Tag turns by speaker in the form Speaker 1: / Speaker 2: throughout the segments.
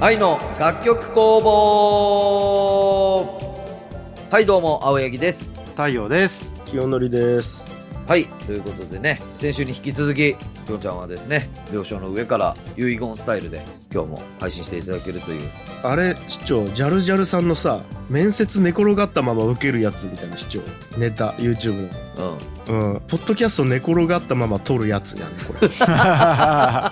Speaker 1: 愛の楽曲工房はいどうも青柳です
Speaker 2: 太陽です
Speaker 3: 清則です。
Speaker 1: はいということでね先週に引き続ききょんちゃんはですね病床の上から遺言スタイルで今日も配信していただけるという
Speaker 3: あれ市長ジャルジャルさんのさ面接寝転がったまま受けるやつみたいな市長ネタ YouTube
Speaker 1: うん
Speaker 3: の、うん、ポッドキャスト寝転がったまま撮るやつやねこれ
Speaker 2: か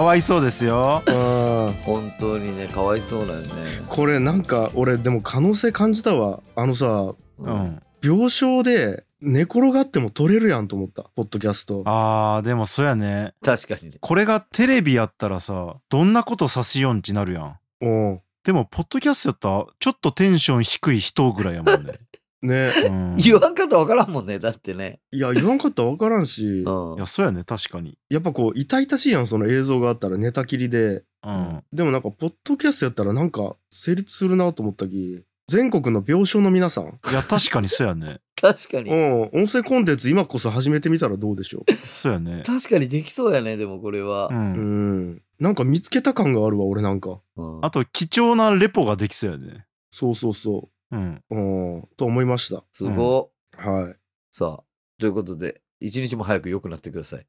Speaker 2: わいそうですよ
Speaker 3: うん
Speaker 1: 本当にねかわいそうだよね
Speaker 3: これなんか俺でも可能性感じたわあのさ
Speaker 2: う、ん
Speaker 3: 病床で寝転がっても撮れるやんと思ったポッドキャスト
Speaker 2: あーでもそやね
Speaker 1: 確かにね
Speaker 2: これがテレビやったらさどんなこと指しよんちなるやん
Speaker 3: うん
Speaker 2: でもポッドキャストやったらちょっとテンション低い人ぐらいやもんね、
Speaker 3: ね
Speaker 2: うん、い
Speaker 1: 言わんかったわからんもんねだってね
Speaker 3: いや言わんかったら分からん し
Speaker 1: うん
Speaker 2: やそうやね確かに
Speaker 3: やっぱこう痛々しいやんその映像があったら寝たきりで
Speaker 2: うん
Speaker 3: でもなんかポッドキャストやったらなんか成立するなと思ったき全国の病床の皆さん
Speaker 2: いや確かにそうやね
Speaker 1: 確かに
Speaker 3: うん、音声コンテンツ今こそ始めてみたらどうでしょう。
Speaker 2: そうやね
Speaker 1: 確かにできそうやねでもこれは
Speaker 2: う
Speaker 3: うんん。なんか見つけた感があるわ、俺なんか。
Speaker 1: うん
Speaker 2: あと貴重なレポができそうやね
Speaker 3: そうそうそ
Speaker 2: うん
Speaker 3: う。うん、と思いました。
Speaker 1: すごっ
Speaker 3: はい。
Speaker 1: さあ、ということで、一日も早く良くなってください。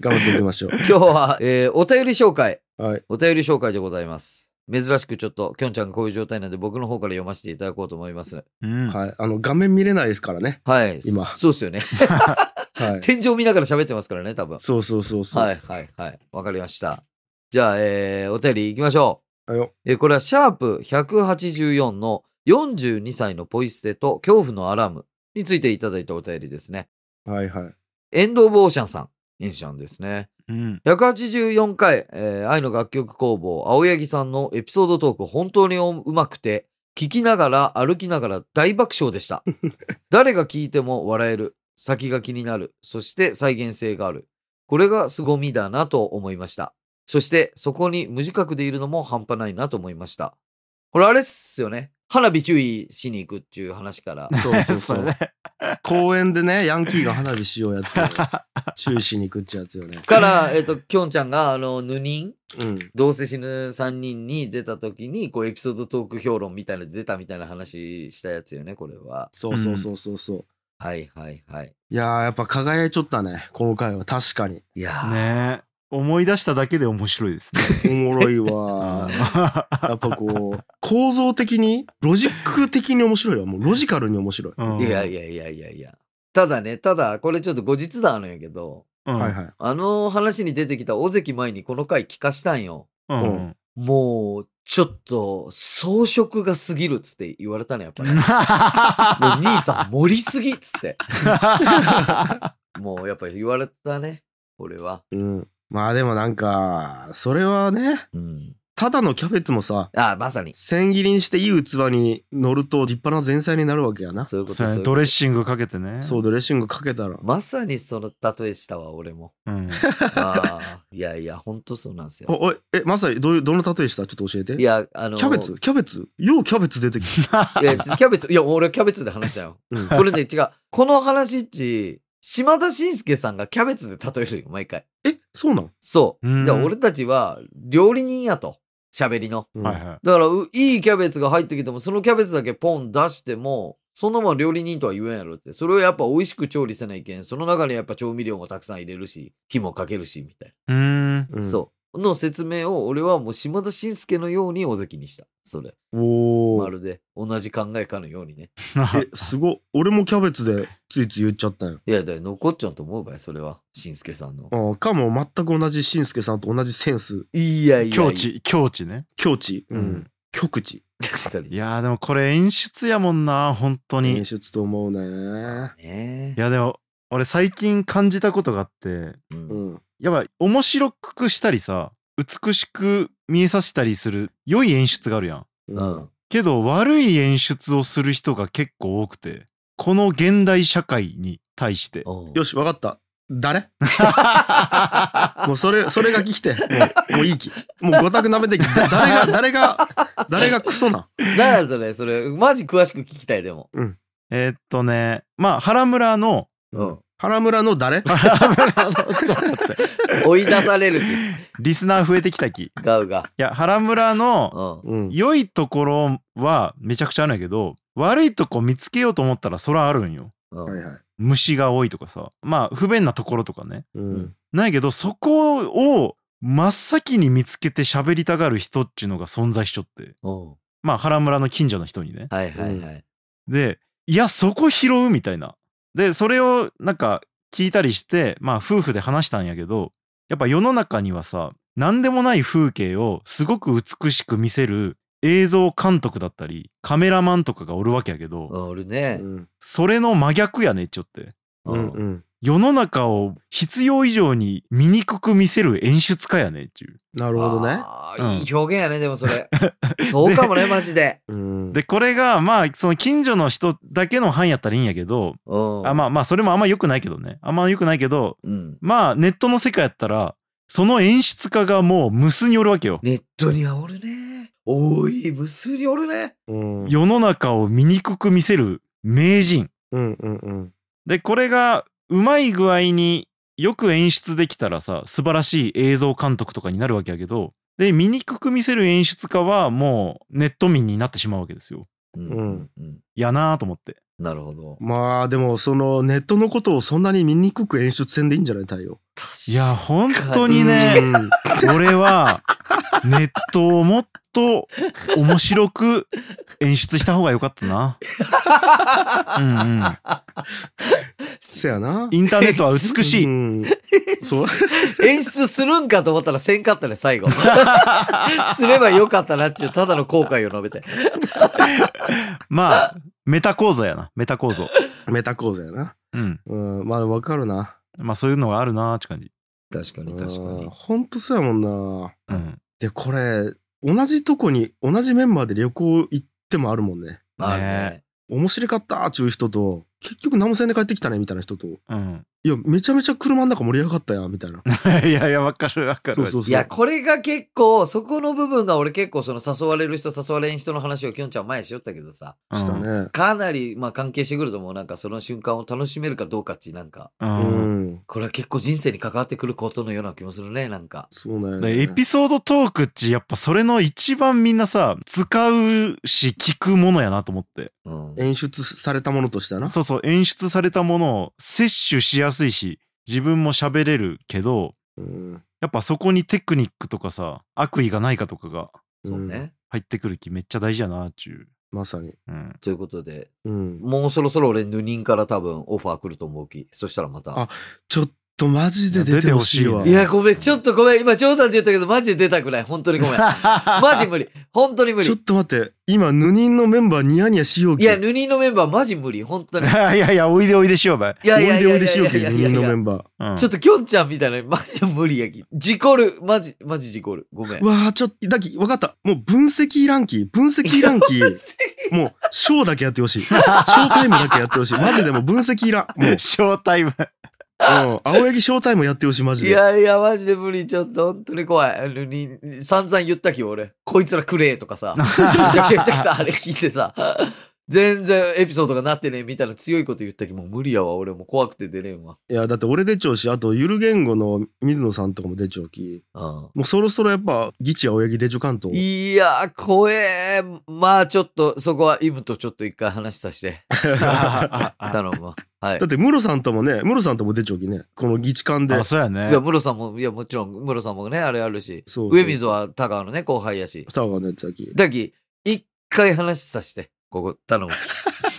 Speaker 3: 頑張っていきましょ
Speaker 1: 今日は、 えーお便り紹介。
Speaker 3: う。 はい。
Speaker 1: お便り紹介でございます。珍しくちょっと、きょんちゃんがこういう状態なんで、僕の方から読ませていただこうと思います。
Speaker 2: うん
Speaker 3: はい。あの、画面見れないですからね。
Speaker 1: はい。
Speaker 3: 今
Speaker 1: そうですよね。
Speaker 3: はい。
Speaker 1: 天井見ながら喋ってますからね、多分。
Speaker 3: そうそうそうそう。
Speaker 1: はい、はい、はい。わかりました。じゃあ、えーお便り行きましょ
Speaker 3: あよ。
Speaker 1: う。えーこれは、シャープ184の42歳のポイ捨てと恐怖のアラームについていただいたお便りですね。
Speaker 3: はいはい。
Speaker 1: エンド・オブ・オーシャンさん。エンシャンですね。
Speaker 2: うん
Speaker 1: 184回、えー愛の楽曲工房、青柳さんのエピソードトーク、本当にうまくて、聞きながら、歩きながら大爆笑で した。誰が聞いても笑える。先が気になる。そして再現性がある。これが凄みだなと思いました。そして、そこに無自覚でいるのも半端ないなと思いました。これあれっすよね。花火注意しに行くっていう話から。
Speaker 3: そうそう
Speaker 2: そ
Speaker 3: そ
Speaker 2: うう。ね
Speaker 3: 公園でね、ヤンキーが花火しようや つよ。注意しに行くっちゃうやつよね。
Speaker 1: から、えっ、と、きょんちゃんが、あの、ヌニン
Speaker 3: うん。
Speaker 1: どうせ死ぬ3人に出た時に、こうエピソードトーク評論みたいなの出たみたいな話したやつよね、これは。
Speaker 3: そうそうそうそうそう。
Speaker 1: はいはいはい。
Speaker 3: いやー、やっぱ輝いちょったね。この回は確 かに。
Speaker 1: いやー、
Speaker 2: ねえ思い出しただけで面白いですね
Speaker 3: おもろいわー。やっぱこう、構造的に、ロジック的に面白いわ。もうロジカルに面白 い。
Speaker 2: うん
Speaker 1: いやいやいやいやいや。ただね、ただ、これちょっと後日談あるんやけど、
Speaker 2: うん
Speaker 3: はいはい。
Speaker 1: あの話に出てきた尾関前にこの回聞かしたんよ。
Speaker 2: うん
Speaker 3: う
Speaker 1: もう、ちょっと、装飾が過ぎるっつって言われたの、やっぱ り。もう兄さん盛りすぎっつって。もうやっぱり言われたね、これは。
Speaker 3: うん。まあでもなんか、それはね、
Speaker 1: うん。
Speaker 3: ただのキャベツもさ、
Speaker 1: あ、まさに。
Speaker 3: 千切りにしていい器に乗ると立派な前菜になるわけやな。そ
Speaker 1: そういうこと
Speaker 2: そう
Speaker 1: そう
Speaker 2: や
Speaker 1: いう
Speaker 2: ね
Speaker 1: こと
Speaker 2: ドレッシングかけてね。
Speaker 3: う、ドレッシングかけたら。
Speaker 1: まさにその例えしたわ、俺 も。
Speaker 2: うん。
Speaker 1: ああ、いやいや、ほんとそうなんですよ。
Speaker 3: お、おい、え、まさにどういう、どの例えしたちょっと教えて。
Speaker 1: いや、あのー、
Speaker 3: キャベツキャベツようキャベツ出てき
Speaker 1: いや、キャベツ、いや、俺キャベツで話したよ。
Speaker 3: うん
Speaker 1: これね、違う。この話っち、島田紳介さんがキャベツで例えるよ、毎回。
Speaker 3: た。え、そうなん、
Speaker 1: そう。
Speaker 2: うん
Speaker 1: だから俺たちは、料理人やと。喋りの。
Speaker 3: うん
Speaker 2: はいは
Speaker 1: だから、ういいキャベツが入ってきても、そのキャベツだけポン出しても、そんなもん料理人とは言えんやろって。それをやっぱ美味しく調理せないけん。その中にやっぱ調味料もたくさん入れるし、火もかけるし、みたいな。
Speaker 2: い。うん。
Speaker 3: うん
Speaker 1: そう。の説明を俺はもう島田紳介のように尾関にした。それ。
Speaker 3: お
Speaker 1: ま
Speaker 3: ー。
Speaker 1: るで同じ考えかのようにね。
Speaker 3: え、すご。俺もキャベツでついつい言っちゃったよ。
Speaker 1: いや、だから残っちゃうと思うばい、それは。紳介さんの。
Speaker 3: ああ、かも全く同じしんすけさんと同じセンス、
Speaker 1: いやいや。
Speaker 2: 境。地、境地ね。
Speaker 3: 境地、
Speaker 2: うん
Speaker 3: 極地
Speaker 1: 確かに。
Speaker 2: い
Speaker 1: ね
Speaker 2: やーでもこれ演出やもんな、本当に。
Speaker 3: 演
Speaker 2: い
Speaker 3: 出と思うね。
Speaker 1: え。
Speaker 2: やでも、俺最近感じたことがあって、
Speaker 1: うん
Speaker 3: うん。
Speaker 2: やばい、面白くしたりさ、美しく見えさせたりする良い演出があるやん。
Speaker 3: う
Speaker 1: うん。
Speaker 2: けど悪い演出をする人が結構多くて、この現代社会に対して。
Speaker 1: おう
Speaker 3: よし、わかった。誰もうそれ、それが聞きて。もう、もういいき。もうごたく舐めてき。だ誰が、誰が、誰がクソな。
Speaker 1: なんやそれ、それ、マジ詳しく聞きたい、でも。
Speaker 2: えーっとね、まあ、原村の
Speaker 1: うん。
Speaker 3: 原村の誰
Speaker 2: ちょっと待って
Speaker 1: 追い出されるって
Speaker 2: リスナー増えてきたき。い
Speaker 1: ガウが。
Speaker 2: や、原村の
Speaker 1: うん。
Speaker 3: うん。
Speaker 2: 良いところはめちゃくちゃあるんやけど、悪いとこ見つけようと思ったらそらあるんよ。
Speaker 1: うん
Speaker 3: はいはい。
Speaker 2: 虫が多いとかさ。まあ、不便なところとかね。
Speaker 3: うん。
Speaker 2: ないけど、そこを真っ先に見つけて喋りたがる人っちゅうのが存在しちょって。
Speaker 1: うん
Speaker 2: まあ、原村の近所の人にね。
Speaker 1: はいはいはい。
Speaker 2: で、いや、そこ拾うみたいな。で、それをなんか聞いたりして、まあ夫婦で話したんやけど、やっぱ世の中にはさ、何でもない風景をすごく美しく見せる映像監督だったり、カメラマンとかがおるわけやけど、
Speaker 1: おる
Speaker 3: う
Speaker 1: ね。
Speaker 3: ん。
Speaker 2: それの真逆やね、ちょって。
Speaker 3: うん。うん。
Speaker 2: 世の中を必要以上に醜く見せる演出家やねっちゅ
Speaker 3: なるほどね。
Speaker 1: あ
Speaker 2: うん
Speaker 1: ーいい表現やね、でもそ れ。そうかもね、マジで。
Speaker 3: うん
Speaker 2: う。で、これがまあ、その近所の人だけの範囲やったらいいんやけど、
Speaker 1: うん。
Speaker 2: あまあまあ、それもあんま良くないけどね。あんま良くないけど、
Speaker 1: うん。
Speaker 2: まあネットの世界やったらその演出家がもう無数におるわけよ。
Speaker 1: ネットにはおるね。おい、無数におるね。
Speaker 3: うん。
Speaker 2: 世の中を醜く見せる名人。
Speaker 3: うんうんうん。
Speaker 2: でこれがうまい具合によく演出できたらさ素晴らしい映像監督とかになるわけやけどで醜く見せる演出家はもうネット民になってしまうわけですよ。
Speaker 1: う
Speaker 3: うん。
Speaker 1: うん
Speaker 2: やなぁと思って。
Speaker 1: なるほど。
Speaker 3: まあでもそのネットのことをそんなに醜く演出せんでいいんじゃない太陽。
Speaker 2: いや
Speaker 1: 確
Speaker 2: 本当にね
Speaker 3: うん
Speaker 2: 俺はネットをもっと面白く演出した方が良かったな。 うんうん。
Speaker 3: せやな。
Speaker 2: インターネットは美し
Speaker 3: う
Speaker 2: い。
Speaker 3: んそう。
Speaker 1: か に演出するんかと思ったらせんかったね、最後。すればよかったなっていう、ただの後悔を述べて。
Speaker 2: まあ、メタ構造やな。メタ構造。
Speaker 3: メタ講座やな。
Speaker 2: うん。
Speaker 3: うん。まあわかるな。
Speaker 2: まあそういうのがあるなーって感じ。
Speaker 1: 確かに確かに。
Speaker 3: ほんとそうやもんな。
Speaker 2: うん。
Speaker 3: で、これ、同じとこに、同じメンバーで旅行行ってもあるもんね。
Speaker 1: まあ
Speaker 2: ね
Speaker 1: ね。
Speaker 3: 面白かったーっちゅう人と、結局何もせんで帰ってきたねみたいな人と、い
Speaker 2: うん。
Speaker 3: や、めちゃめちゃ車の中盛り上がったやみたいな。
Speaker 2: いやいや、わかるわかる。
Speaker 3: そうそうそう。
Speaker 1: いや、これが結構、そこの部分が俺結構その誘われる人誘われん人の話をきょんちゃん前にしよったけどさ、
Speaker 2: うん
Speaker 3: した。ね。
Speaker 1: かなりまあ関係してくると思う、なんかその瞬間を楽しめるかどうかっていうなんか、
Speaker 2: う。
Speaker 3: うんん。
Speaker 1: これは結構人生に関わってくることのような気もするね、なんか。
Speaker 3: そう
Speaker 2: だ
Speaker 3: ね。
Speaker 2: からエピソードトークっち、やっぱそれの一番みんなさ、使うし聞くものやなと思って。
Speaker 1: うん。
Speaker 3: 演出されたものとしてはな。
Speaker 2: そうそう、演出されたものを摂取しやすいし、自分も喋れるけど、
Speaker 3: うん。
Speaker 2: やっぱそこにテクニックとかさ、悪意がないかとかが
Speaker 1: そうね。
Speaker 3: ん。
Speaker 2: 入ってくる気めっちゃ大事やなっちゅう。
Speaker 3: まさに。
Speaker 2: うん。
Speaker 1: ということで、
Speaker 3: うん。
Speaker 1: もうそろそろ俺、ヌニンから多分オファー来ると思うき。そしたらまた。
Speaker 3: あちょっとマジで出てほしいわ。
Speaker 2: 出
Speaker 1: い
Speaker 2: てほし
Speaker 1: や、ごめん、ちょっとごめん。今冗談で言ったけど、マジで出たくない。本当にごめん。マジ無理。本当に無
Speaker 3: ちょっ
Speaker 1: 理。
Speaker 3: と待って、今、ヌニンのメンバーニヤニヤしよう
Speaker 1: い
Speaker 3: け。
Speaker 1: や、ヌニンのメンバーマジ無理。本 当に。い
Speaker 2: いやいや、おいでおいでしようばい。
Speaker 1: やいやいや
Speaker 3: おいでおい
Speaker 1: い
Speaker 3: で
Speaker 1: や
Speaker 3: し
Speaker 1: い
Speaker 3: よう
Speaker 1: や
Speaker 3: け、
Speaker 1: いや
Speaker 3: ヌ
Speaker 1: い
Speaker 3: ニ
Speaker 1: や
Speaker 3: ン
Speaker 1: い
Speaker 3: のメ
Speaker 1: や。
Speaker 3: ンバー。
Speaker 2: うん
Speaker 1: ちょっときょんちゃんみたいな、マジ無理やき。事故る。マジ、マジ事故る。ごめん。
Speaker 3: うわあちょっと、だき、わかった。もう分析ランキー、分析ランキー、もう、ショーだけやってほしい。ショータイムだけやってほしい。マジでもう分析ラン、もう、
Speaker 2: ショータイム。
Speaker 3: うん、青柳ショータイムやってほしい、マジ
Speaker 1: い
Speaker 3: で。
Speaker 1: やいや、マジで無理。ちょっと、本当に怖い。ヌニン、散々言ったき、俺。こいつらくれとかさ。めちゃくちゃ言ったきさ、 あれ聞いてさ。全然エピソードがなってねえみたいな強いこと言ったき、もう無理やわ。俺もう怖くて出れんわ。
Speaker 3: いや、だって俺出ちゃうし、あと、ゆる言語の水野さんとかも出ちゃうき、
Speaker 1: うん。
Speaker 3: もうそろそろやっぱ、ギチ青柳出ちゃかんと。
Speaker 1: いやー、怖えー。まあちょっと、そこはイムとちょっと一回話させて。
Speaker 2: あ、
Speaker 1: 頼むわ。はい
Speaker 3: だ。って、ムロさんともね、ムロさんとも出ちゃうきね、このギチ感で。
Speaker 2: そうや
Speaker 1: いや、
Speaker 2: ね。
Speaker 1: ムロさんも、いや、もちろん、ムロさんもね、あれあるし、
Speaker 3: そう
Speaker 1: 上水は高川のね、後輩やし。
Speaker 3: 双葉のやつやき。
Speaker 1: だき、一回話させて。ここ、頼む。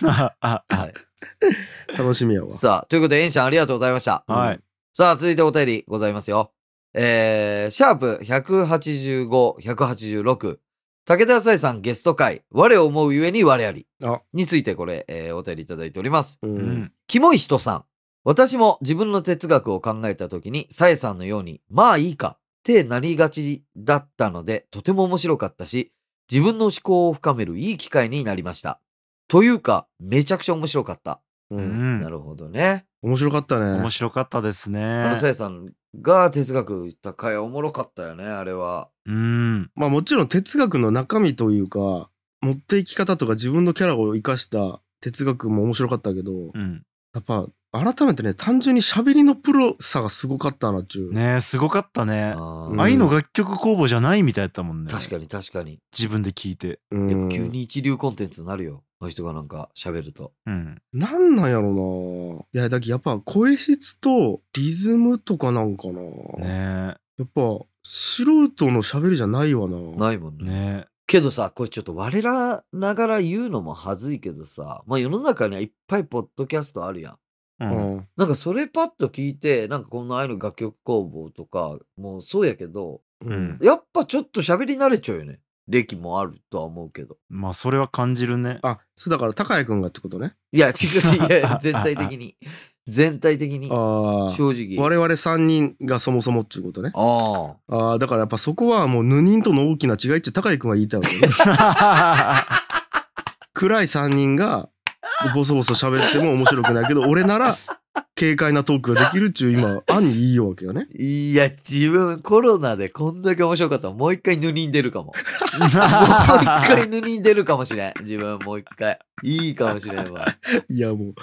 Speaker 1: はい。
Speaker 3: 楽しみやわ。
Speaker 1: さあ、ということで、エンシャンありがとうございました。
Speaker 2: はい。
Speaker 1: さあ、続いてお便りございますよ。えー、シャープ185、186。武田彩さんゲスト会、我を思うゆえに我あり。
Speaker 3: あ
Speaker 1: についてこれ、えーお便りいただいております。
Speaker 3: う。
Speaker 2: うんん。
Speaker 1: キモい人さん。私も自分の哲学を考えた時に、さえさんのように、まあいいか、ってなりがちだったので、とても面白かったし、自分の思考を深めるいい機会になりました。というか、めちゃくちゃ面白かった。
Speaker 2: う。
Speaker 3: うん。
Speaker 1: なんるほどね。
Speaker 3: 面白かったね
Speaker 2: 面。白かったです
Speaker 1: あ
Speaker 2: ね
Speaker 1: の。さえさんが哲学言った回おもろかったよね、あれは。
Speaker 2: うん。
Speaker 3: まあもちろん哲学の中身というか持っていき方とか自分のキャラを生かした哲学も面白かったけど
Speaker 2: うん。
Speaker 3: やっぱ改めてね、単純に喋りのプロさがすごかったなっちゅう。
Speaker 2: ねえすごかったね。
Speaker 1: あ
Speaker 3: うん
Speaker 1: ー
Speaker 2: 愛の楽曲工房じゃないみたいだったもんね。
Speaker 1: 確かに確かに。
Speaker 2: 自分で聞いて。
Speaker 3: う
Speaker 1: やっぱ
Speaker 3: ん。
Speaker 1: 急に一流コンテンツになるよ。あの人がなんか喋ると。
Speaker 2: うん。
Speaker 3: なんなんやろな。いや、だけどやっぱ声質とリズムとかなんかな。
Speaker 2: ね
Speaker 3: やっぱ素人の喋りじゃないわな。
Speaker 1: ないもん
Speaker 2: え。
Speaker 1: ね。
Speaker 2: ね
Speaker 1: けどさ、これちょっと我らながら言うのも恥ずいけどさ、まあ世の中にはいっぱいポッドキャストあるやん。
Speaker 2: え。う。
Speaker 3: うんん。
Speaker 1: なんかそれパッと聞いて、なんかこの愛の楽曲工房とか、もうそうやけど、
Speaker 2: うん
Speaker 1: やっぱちょっと喋り慣れちゃうよね。歴もあるとは思うけど。
Speaker 2: まあ、それは感じるね。
Speaker 3: あ、そうだから高谷くんがってことね。
Speaker 1: いや、違う違う。全体的 に。全体的に。
Speaker 3: ああ。
Speaker 1: 正直。
Speaker 3: 我々3人がそもそもっちゅうことね。
Speaker 1: ああ。
Speaker 3: ああ、だからやっぱそこはもうヌニンとの大きな違いっちゅう高井くんが言いたいわけ ね。暗い3人がボソボソ喋っても面白くないけど、俺なら軽快なトークができるっちゅう今、案にいいわけよね。
Speaker 1: いや、自分コロナでこんだけ面白かったらもう一回ぬにんでるかも。もう一回ぬにんでるかもしれん。自分もう一回。いいかもしれんわ。
Speaker 3: いやも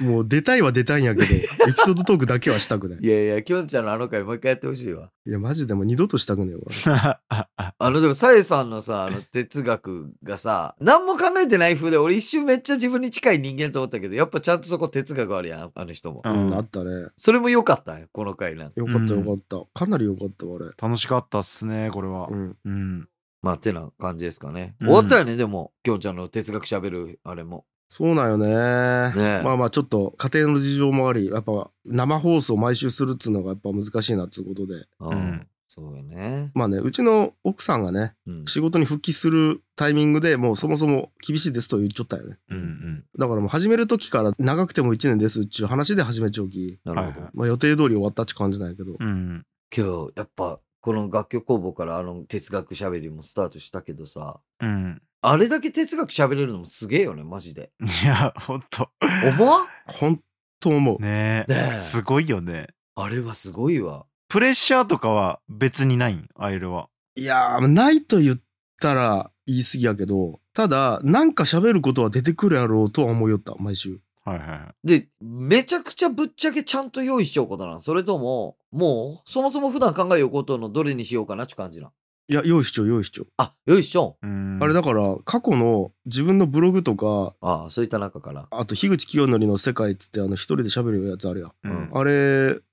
Speaker 3: う、もう出たいは出たいんやけど、エピソードトークだけはしたくない。
Speaker 1: いやいや、きょんちゃんのあの回もう一回やってほしいわ。
Speaker 3: いやマジでもう二度としたくねえわ。
Speaker 1: あの、でも、さえさんのさ、あの、哲学がさ、何も考えてない風で、俺一瞬めっちゃ自分に近い人間と思ったけど、やっぱちゃんとそこ哲学あるやん、あの人も。
Speaker 2: う
Speaker 3: うん、あ
Speaker 2: ん
Speaker 3: ったね。
Speaker 1: それも良かったよ、この回なんか。
Speaker 3: よかったよかった。かなりよかったわ、俺。
Speaker 2: 楽しかったっすね、これは
Speaker 3: う。ん。
Speaker 2: うん。
Speaker 1: まあ、てな感じですかね。
Speaker 2: うん
Speaker 1: 終わったよね、でも、きょんちゃんの哲学喋る、あれも。
Speaker 3: そうなんよね。
Speaker 1: ねえ
Speaker 3: まあまあちょっと家庭の事情もあり、やっぱ生放送毎週するっつうのがやっぱ難しいなっつうことで。
Speaker 1: うんそうよね。
Speaker 3: まあね、うちの奥さんがね、
Speaker 1: うん。
Speaker 3: 仕事に復帰するタイミングでもうそもそも厳しいですと言っちゃったよね。
Speaker 2: うん
Speaker 3: だからもう始める時から長くても1年ですっちゅう話で始めちゃおき、
Speaker 1: な
Speaker 2: うん。
Speaker 1: る
Speaker 2: は
Speaker 1: ほ
Speaker 2: いは
Speaker 1: ど。
Speaker 2: い。
Speaker 3: まあ予定通り終わったっちゅう感じなんやけど。
Speaker 2: うん。
Speaker 1: 今日、やっぱ、この楽曲工房からあの哲学喋りもスタートしたけどさ、
Speaker 2: うん。
Speaker 1: あれだけ哲学喋れるのもすげえよね、マジで。
Speaker 2: いや、ほんと。
Speaker 1: 思 わん
Speaker 3: ほんと思う。
Speaker 2: ね
Speaker 1: ねえ
Speaker 2: え。すごいよね。
Speaker 1: あれはすごいわ。
Speaker 2: プレッシャーとかは別にないん、アイルは。
Speaker 3: いやー、ないと言ったら言い過ぎやけど、ただ、なんか喋ることは出てくるやろうとは思いよった、毎週。
Speaker 2: はいはいはい。
Speaker 1: で、めちゃくちゃぶっちゃけちゃんと用意しちゃうことなんそれとも、もう、そもそも普段考えようことのどれにしようかなって感じなん
Speaker 3: いや、用意しちょう、用意しちょう。
Speaker 1: あ、用意しちゃうん。
Speaker 2: うん
Speaker 3: あれだから、過去の自分のブログとか、
Speaker 1: ああ、そういった中から。
Speaker 3: あと、樋口清則の世界っつって、あの、一人で喋るやつあるやん。
Speaker 2: うん
Speaker 3: あれ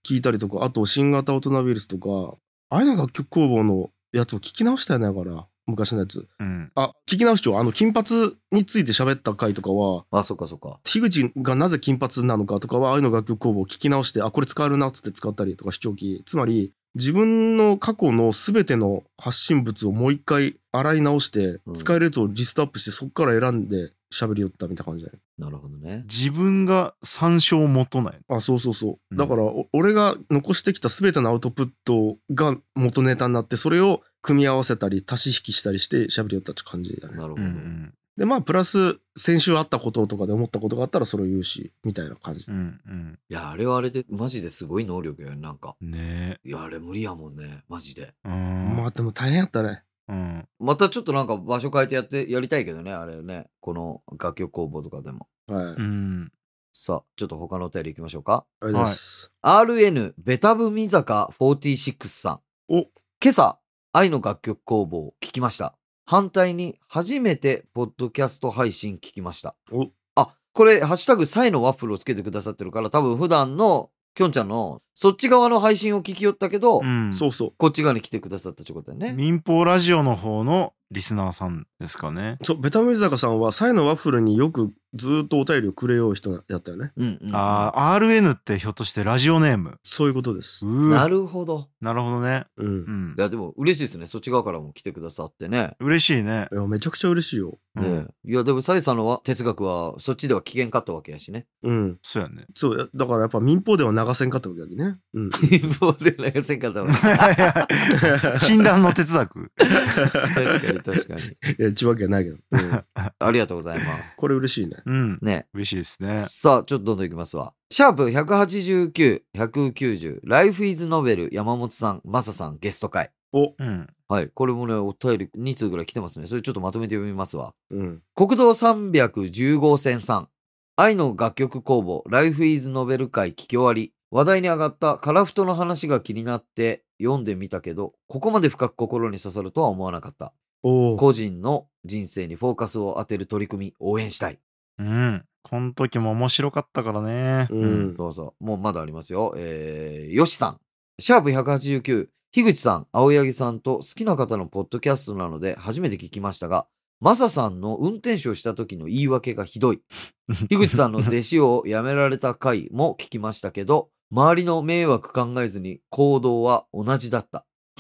Speaker 3: 聞いたりとか、あと新型大人ウイルスとか、あれの楽曲工房のやつを聞き直したよね、だから、昔のやつ。
Speaker 2: うん。
Speaker 3: あ、聞き直しちょう。あの、金髪について喋った回とかは、
Speaker 1: あ、そっかそっか。
Speaker 3: 樋口がなぜ金髪なのかとかは、ああいうの楽曲工房を聞き直して、あ、これ使えるなっつって使ったりとか視聴器。つまり、自分の過去の全ての発信物をもう一回洗い直して
Speaker 1: う、ん
Speaker 3: 使えるやつをリストアップして、そこから選んで喋りよったみたいな感じだよね。
Speaker 1: なるほどね。
Speaker 2: 自分が参照元ない。
Speaker 3: あ、そうそうそうう。
Speaker 2: ん
Speaker 3: だから、お俺が残してきた全てのアウトプットが元ネタになって、それを組み合わせたり、足し引きしたりして喋りよったって感じだね。
Speaker 1: なるほ
Speaker 2: う
Speaker 1: ど。
Speaker 2: ん
Speaker 3: でまあプラス先週あったこととかで思ったことがあったらそれを言うしみたいな感じ
Speaker 2: うん。うんうん。
Speaker 1: いや、あれはあれで、マジですごい能力やね、なんか。
Speaker 2: ね
Speaker 1: いや、あれ無理やもんね、マジで。
Speaker 2: え。うん。
Speaker 3: まあでも大変やったね
Speaker 2: うん。
Speaker 1: またちょっとなんか場所変えてやって、やりたいけどね、あれね。この楽曲工房とかでも。
Speaker 3: はい、あ
Speaker 2: うん。
Speaker 1: さあ、ちょっと他のお便り行きましょうか。
Speaker 3: れです、
Speaker 1: RN ベタ踏み坂46さん。
Speaker 3: お
Speaker 1: 今朝、愛の楽曲工房聞きました。反対に初めてポッドキャスト配信聞きました。
Speaker 3: お
Speaker 1: あ、これ、ハッシュタグサイのワッフルをつけてくださってるから、多分普段のきょんちゃんのそっち側の配信を聞きよったけど、
Speaker 2: うん。
Speaker 3: そうそう
Speaker 1: こっち側に来てくださったってことだよね。
Speaker 2: 民放ラジオの方のリスナーさんですかね。
Speaker 3: そうベタミ坂さんはサイのワッフルによくずーっとお便りをくれよう人やったよね
Speaker 1: うん、うん。
Speaker 2: ああ、RN ってひょっとしてラジオネーム。
Speaker 3: そういうことです
Speaker 2: う
Speaker 1: な
Speaker 2: ー
Speaker 1: るほど。
Speaker 2: なるほどね。
Speaker 3: うん、
Speaker 2: うん
Speaker 1: い。や、でも嬉しいですね。そっち側からも来てくださってね。
Speaker 2: 嬉しいね。
Speaker 3: いやめちゃくちゃ嬉しいよ
Speaker 2: うん
Speaker 1: ねいや、でも、サイさんのは哲学は、そっちでは危険かったわけやし ね。
Speaker 3: うん
Speaker 2: そうやね。
Speaker 3: そうやだからやっぱ民放では流せんかったわけだけねうん
Speaker 1: 貧乏で流せんかったわけ。
Speaker 2: 禁断の哲学。
Speaker 1: 確かに、確か に。
Speaker 3: いやちゅうわけはないけど、うん、
Speaker 1: ありがとうございます。
Speaker 3: これ嬉しいね
Speaker 2: うん。
Speaker 1: ね。
Speaker 2: 嬉しいですね。
Speaker 1: さあ、ちょっとどんどんいきますわ。シャープ189、190、Life is Novel 山本さん、マサさん、ゲスト会。
Speaker 3: お
Speaker 2: うん。
Speaker 1: はい。これもね、お便り2通ぐらい来てますね。それちょっとまとめて読みますわ。
Speaker 3: うん
Speaker 1: 国道310号線さん。愛の楽曲工房、ライフイズノベル会聞き終わり、話題に上がったカラフトの話が気になって読んでみたけど、ここまで深く心に刺さるとは思わなかった。
Speaker 3: おお。
Speaker 1: 個人の人生にフォーカスを当てる取り組み、応援したい。
Speaker 2: うん。この時も面白かったからね。
Speaker 3: う。ん。
Speaker 1: どうぞ。もうまだありますよ。えー、よしさん。シャープ189。樋口さん、青柳さんと好きな方のポッドキャストなので初めて聞きましたが、マサさんの運転手をした時の言い訳がひどい。樋口さんの弟子を辞められた回も聞きましたけ ど、周りの迷惑考えずに行動は同じだ った。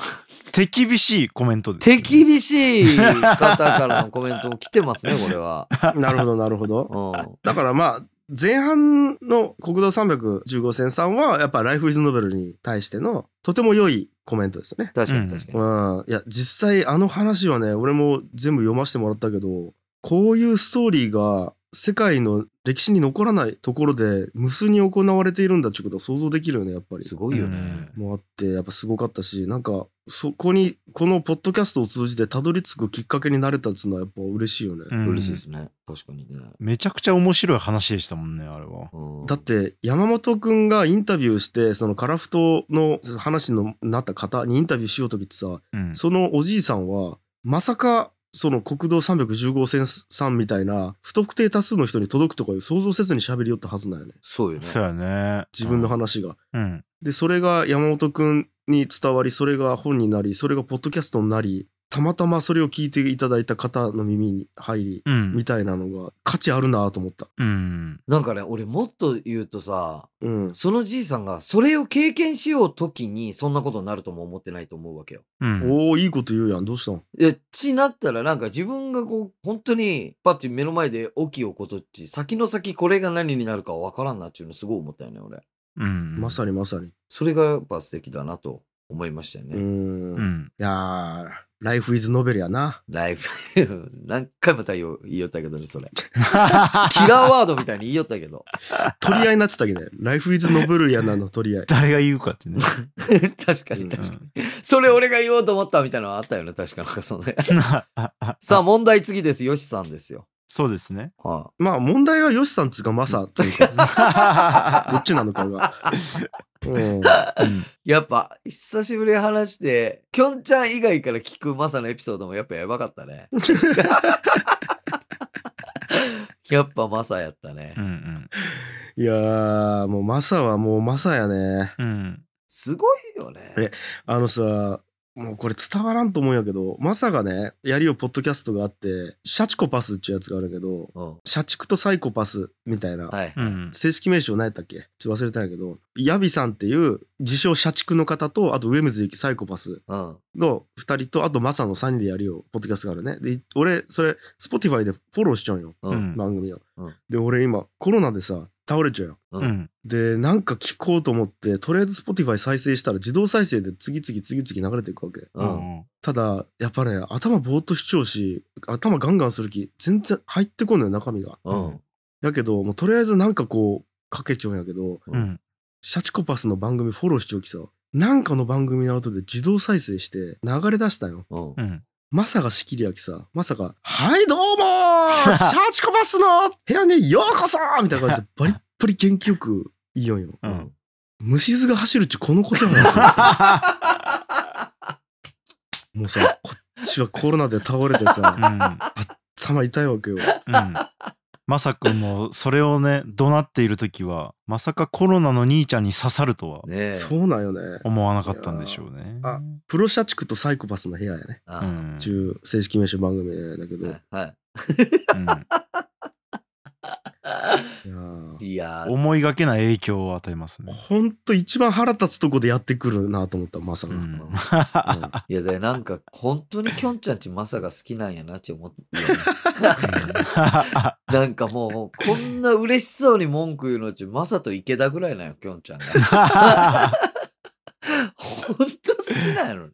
Speaker 2: 手厳しいコメントです、
Speaker 1: 手厳しい方からのコメント来てますね、これは。
Speaker 3: なるほど、なるほど。
Speaker 1: う
Speaker 3: だからまあ、前半の国道315線さんは、やっぱライフイズノベルに対しての、とても良いコメントですね
Speaker 1: ん。。確かに確かに。
Speaker 3: うん。いや、実際あの話はね、俺も全部読ませてもらったけど、こういうストーリーが世界の歴史に残らないところで無数に行われているんだっていうことは想像できるよね、やっぱり。
Speaker 1: すごいよね。
Speaker 3: もあって、やっぱすごかったし、なんか、そこに、このポッドキャストを通じてたどり着くきっかけになれたっていうのはやっぱ嬉しいよね。
Speaker 2: うん
Speaker 1: 嬉しいですね。確かにね。
Speaker 2: めちゃくちゃ面白い話でしたもんね、あれは。
Speaker 1: うん
Speaker 3: だって山本くんがインタビューしてそのカラフトの話になった方にインタビューしようときってさ
Speaker 2: うん。
Speaker 3: そのおじいさんはまさかその国道315号線さんみたいな不特定多数の人に届くとかいう想像せずに喋りよったはずなんよね
Speaker 1: そうよね。
Speaker 2: そうやね。
Speaker 3: 自分の話が。
Speaker 2: うん。
Speaker 3: でそれが山本くんに伝わりそれが本になりそれがポッドキャストになりたまたまそれを聞いていただいた方の耳に入り
Speaker 2: うん
Speaker 3: み。たいなのが価値あるなと思った。
Speaker 2: うん。
Speaker 1: なんかね、俺もっと言うとさ、
Speaker 3: うん、
Speaker 1: そのじいさんがそれを経験しようときにそんなことになるとも思ってないと思うわけよ。
Speaker 2: うん。
Speaker 3: おおいいこと言うやんどうしたん
Speaker 1: え、ちなったらなんか自分がこう、本当にパッチ目の前で起きようことっち、先の先これが何になるかわからんなっていうのすごい思ったよね、俺。
Speaker 2: うん。
Speaker 3: まさにまさに。
Speaker 1: それがやっぱ素敵だなと思いましたよね。
Speaker 3: うーん。
Speaker 2: う
Speaker 3: い
Speaker 2: ん。。
Speaker 3: やー、ライフイズノベルやな。
Speaker 1: ライフ、何回も太陽言いよったけどね、そ れ。キラーワードみたいに言いよったけど。
Speaker 3: 取り合いになってたけどね。ライフイズノベルやなの取り合い
Speaker 2: 誰が言うかってね。
Speaker 1: 確かに確かに。それ俺が言おうと思ったみたいなのはあったよね、確かなんかそのね。
Speaker 2: うん
Speaker 1: さあ問題次です、よしさんですよ。
Speaker 2: そうですね。
Speaker 1: は
Speaker 3: まあ問題はヨシさんつうかマサつうか、 どっちなのかが。うん。
Speaker 2: うん
Speaker 1: いやっぱ、久しぶりに話して、きょんちゃん以外から聞くマサのエピソードもやっぱやばかったね。やっぱマサやったね
Speaker 2: う。ん
Speaker 3: いやー、もうマサはもうマサやね。
Speaker 2: うん。うん。
Speaker 1: すごいよね。
Speaker 3: えあのさ、もうこれ伝わらんと思うんやけど、マサがね、やりよポッドキャストがあって、シャチコパスっていうやつがあるけど、
Speaker 1: うん。
Speaker 3: 社畜とサイコパスみたいな、
Speaker 1: はい。
Speaker 2: うん。
Speaker 3: 正式名称何やったっけちょっと忘れたんやけど、ヤビさんっていう自称社畜の方と、あと上水幸サイコパス
Speaker 1: うん。
Speaker 3: の2人と、あとマサの3人でやるよ、ポッドキャストがあるね。で、俺、それ、スポティファイでフォローしちゃうんよ、
Speaker 1: う。
Speaker 2: うんん
Speaker 3: 番組を。
Speaker 1: うん
Speaker 3: で、俺今、コロナでさ、倒れちゃうよ。
Speaker 1: う。
Speaker 2: うんん。
Speaker 3: で、なんか聞こうと思って、とりあえずスポティファイ再生したら自動再生で次々次々流れていくわけ。
Speaker 1: う。
Speaker 2: うんん。
Speaker 3: ただ、やっぱね、頭ぼーっと主張し、頭ガンガンする気、全然入ってこんのよ、中身が。
Speaker 1: うん。
Speaker 3: やけど、もうとりあえずなんかこう、かけちゃうんやけど、
Speaker 2: うん。
Speaker 3: シャチコパスの番組フォローしておきさ、なんかの番組の後で自動再生して流れ出したんよ。
Speaker 1: うん
Speaker 2: う。ん。
Speaker 3: まさが仕切りやきさ、まさか、はいどうも ーシャチコパスの部屋にようこそみたいな感じでバリッバリ元気よく言いよんよ。
Speaker 2: うん
Speaker 3: 虫図が走るっちゅうこのことやな。も うさ、こっちはコロナで倒れて
Speaker 2: う
Speaker 3: さ、
Speaker 2: ん。
Speaker 3: 頭痛いわけよ。
Speaker 2: うん。まさくんもそれをね、怒鳴っている時は、まさかコロナの兄ちゃんに刺さるとは
Speaker 1: ねえ。
Speaker 3: そうなんよね。
Speaker 2: 思わなかったんでしょうね。
Speaker 3: あプロ社畜とサイコパスの部屋やね。
Speaker 1: あ
Speaker 2: う
Speaker 1: ー
Speaker 2: ん。
Speaker 3: ちゅう正式名称番組だけど。い
Speaker 1: はい。
Speaker 3: やー
Speaker 1: いや
Speaker 2: うん
Speaker 1: ー、
Speaker 2: 思いがけない影響を与えますね。
Speaker 3: ほんと一番腹立つとこでやってくるなと思った、まさ
Speaker 2: う
Speaker 3: が。うん
Speaker 2: ん。
Speaker 1: いやでなんか本当にきょんちゃんちマサが好きなんやなって思って、なんかもうこんな嬉しそうに文句言うのちマサと池田ぐらいなんよきょんちゃんが本当好きなんやろね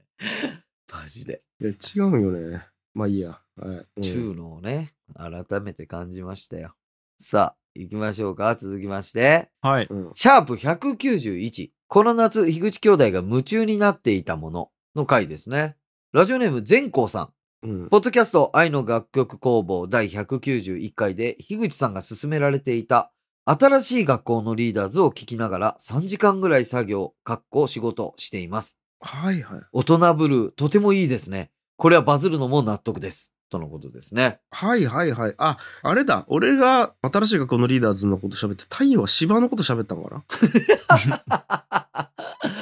Speaker 1: マジで
Speaker 3: いや違うよね。まあいいや。はい。うん
Speaker 1: 中のをね改めて感じましたよさあ行きましょうか続きまして
Speaker 2: はい。
Speaker 3: うん
Speaker 1: シャープ191。この夏、樋口兄弟が夢中になっていたものの回ですね。ラジオネーム善光さん。
Speaker 3: うん。
Speaker 1: ポッドキャスト愛の楽曲工房第191回で、樋口さんが勧められていた新しい学校のリーダーズを聞きながら3時間ぐらい作業、かっこ仕事しています。
Speaker 3: はいはい。
Speaker 1: 大人ブルー、とてもいいですね。これはバズるのも納得です。とのことですね。
Speaker 3: はいはいはい。あ、あれだ。俺が新しい学校のリーダーズのこと喋って、太陽は芝のこと喋ったのかな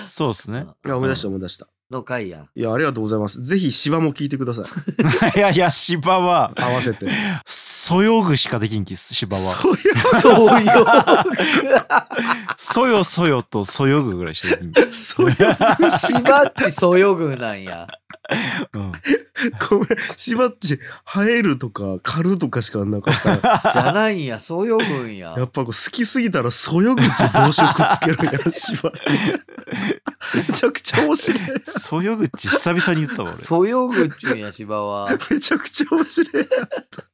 Speaker 2: そうですね。
Speaker 3: いや、思い出した思い出した。
Speaker 1: の回や。
Speaker 3: いや、ありがとうございます。ぜひ芝も聞いてください。
Speaker 2: いやいや、芝は、
Speaker 3: 合わせて。
Speaker 2: そよぐしかできんきっす、芝は。
Speaker 3: そうい
Speaker 1: そう よ。
Speaker 2: そよそよとそよぐぐらいしかできんき。
Speaker 3: う、そういう、
Speaker 1: 芝っちそよぐなんや。
Speaker 2: うん。
Speaker 3: ごめん。芝って、生えるとか、狩るとかしかなかった。
Speaker 1: じゃないんや、そよぐんや
Speaker 3: や。っぱこう好きすぎたらそよぐちと動詞をくっつけるやん、芝。めちゃくちゃ面白い。
Speaker 2: そよぐち久々に言ったわ、俺。
Speaker 1: そよぐっちゅんや、芝は。
Speaker 3: めちゃくちゃ面白い。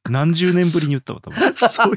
Speaker 2: 何十年ぶりに言ったわ、多分。
Speaker 3: そうい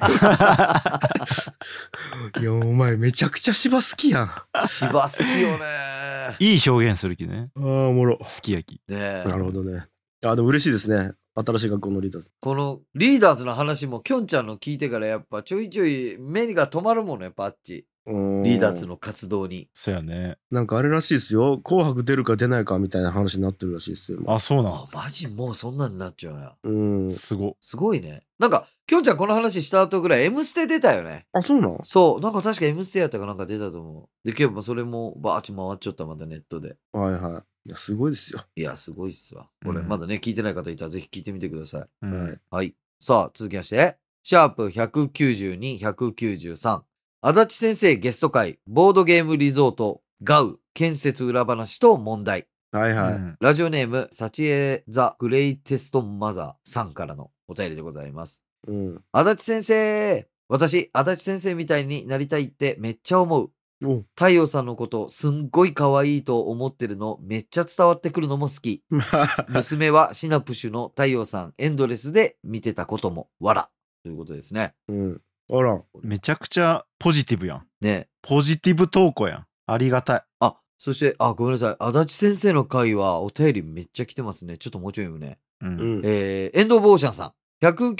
Speaker 3: う。いや、お前めちゃくちゃ芝好きやん。あ
Speaker 1: 芝好きよね。
Speaker 2: いい表現する気ね。
Speaker 3: あ、おもろ。
Speaker 2: すき焼き。
Speaker 1: ねえ
Speaker 3: なるほどね。あ、でも嬉しいですね。新しい学校のリーダーズ。
Speaker 1: このリーダーズの話もきょんちゃんの聞いてからやっぱちょいちょい目が止まるもんね、パッチ。リ
Speaker 3: リ
Speaker 1: ーダーズ。の活動に。
Speaker 2: そやね。
Speaker 3: なんかあれらしいですよ。紅白出るか出ないかみたいな話になってるらしいですよ。
Speaker 2: あ、そうな
Speaker 1: あ、マジもうそんなんなっちゃうな。
Speaker 3: うん
Speaker 2: ん。。すご。
Speaker 1: すごいね。なんか、きょんちゃんこの話した後ぐらい M ステ出たよね。
Speaker 3: あ、そうなん
Speaker 1: そう。なんか確か M ステやったかなんか出たと思う。で、けばそれもバーッチ回っちゃったまたネットで。
Speaker 3: はいはい。いや、すごいですよ。
Speaker 1: いや、すごいっすわ。これ、
Speaker 2: うん
Speaker 1: まだね、聞いてない方いたらぜひ聞いてみてください。
Speaker 2: う
Speaker 3: はい
Speaker 2: ん。。
Speaker 1: はい。さあ、続きまして、シャープ192、193。足立先生ゲスト会、ボードゲームリゾート、ガウ、建設裏話と問題。
Speaker 3: はいはい。
Speaker 2: うん
Speaker 1: ラジオネーム、サチエ・ザ・グレイテスト・マザーさんからのお便りでございます。
Speaker 3: うん。
Speaker 1: 足立先生私、足立先生みたいになりたいってめっちゃ思う。
Speaker 3: お
Speaker 1: 太陽さんのことすんごい可愛いと思ってるのめっちゃ伝わってくるのも好き。
Speaker 3: まあ、
Speaker 1: 娘はシナプシュの太陽さんエンドレスで見てたことも、わら。ということですね。
Speaker 3: うん。あら。
Speaker 2: めちゃくちゃポジティブやん。
Speaker 1: ね。
Speaker 2: ポジティブ投稿やん。ありがたい。
Speaker 1: あ、そして、あ、ごめんなさい。足立先生の回はお便りめっちゃ来てますね。ちょっともうちょい読むね。
Speaker 2: う。
Speaker 3: うんん。
Speaker 1: えー、エンド・ボーシャンさん。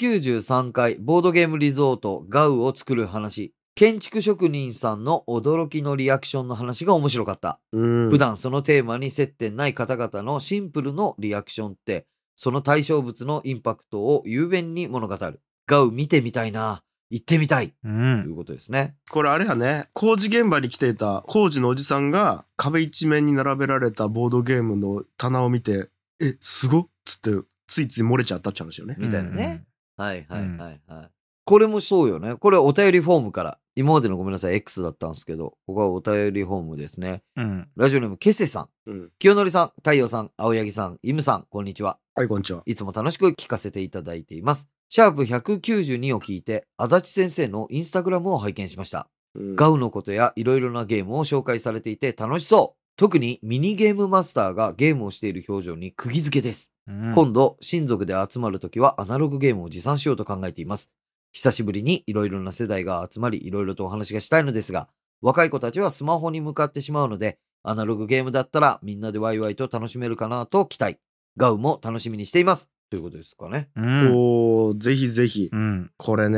Speaker 1: 193回、ボードゲームリゾート、ガウを作る話。建築職人さんの驚きのリアクションの話が面白かった。
Speaker 3: うん
Speaker 1: 普段そのテーマに接点ない方々のシンプルのリアクションって、その対象物のインパクトを雄弁に物語る。ガウ見てみたいな。行ってみたい。
Speaker 2: う
Speaker 1: とい
Speaker 2: ん。
Speaker 1: うことですね。
Speaker 3: これあれやね工事現場に来ていた工事のおじさんが壁一面に並べられたボードゲームの棚を見て「えすごっ」つってついつい漏れちゃったって話よね。
Speaker 1: みたいなね。はいはい
Speaker 2: うん
Speaker 1: はいはい。これもそうよね。これお便りフォームから。今までのごめんなさい、X だったんですけど、ここはお便りフォームですね。
Speaker 2: うん。うん。
Speaker 1: ラジオネーム、ケセさん。
Speaker 3: うん、
Speaker 1: 清則さん、太陽さん、青柳さん、イムさん、こんにちは。
Speaker 3: はいこんにちは。
Speaker 1: いつも楽しく聞かせていただいています。シャープ192を聞いて、足立先生のインスタグラムを拝見しました。ガウのことやいろいろなゲームを紹介されていて楽しそう。特にミニゲームマスターがゲームをしている表情に釘付けです。
Speaker 2: うん
Speaker 1: 今度、親族で集まるときはアナログゲームを持参しようと考えています。久しぶりにいろいろな世代が集まり、いろいろとお話がしたいのですが、若い子たちはスマホに向かってしまうので、アナログゲームだったらみんなでワイワイと楽しめるかなと期待。ガウも楽しみにしています。ということですかね。
Speaker 2: うん。
Speaker 3: おーぜひぜひ、
Speaker 2: うん。
Speaker 3: これ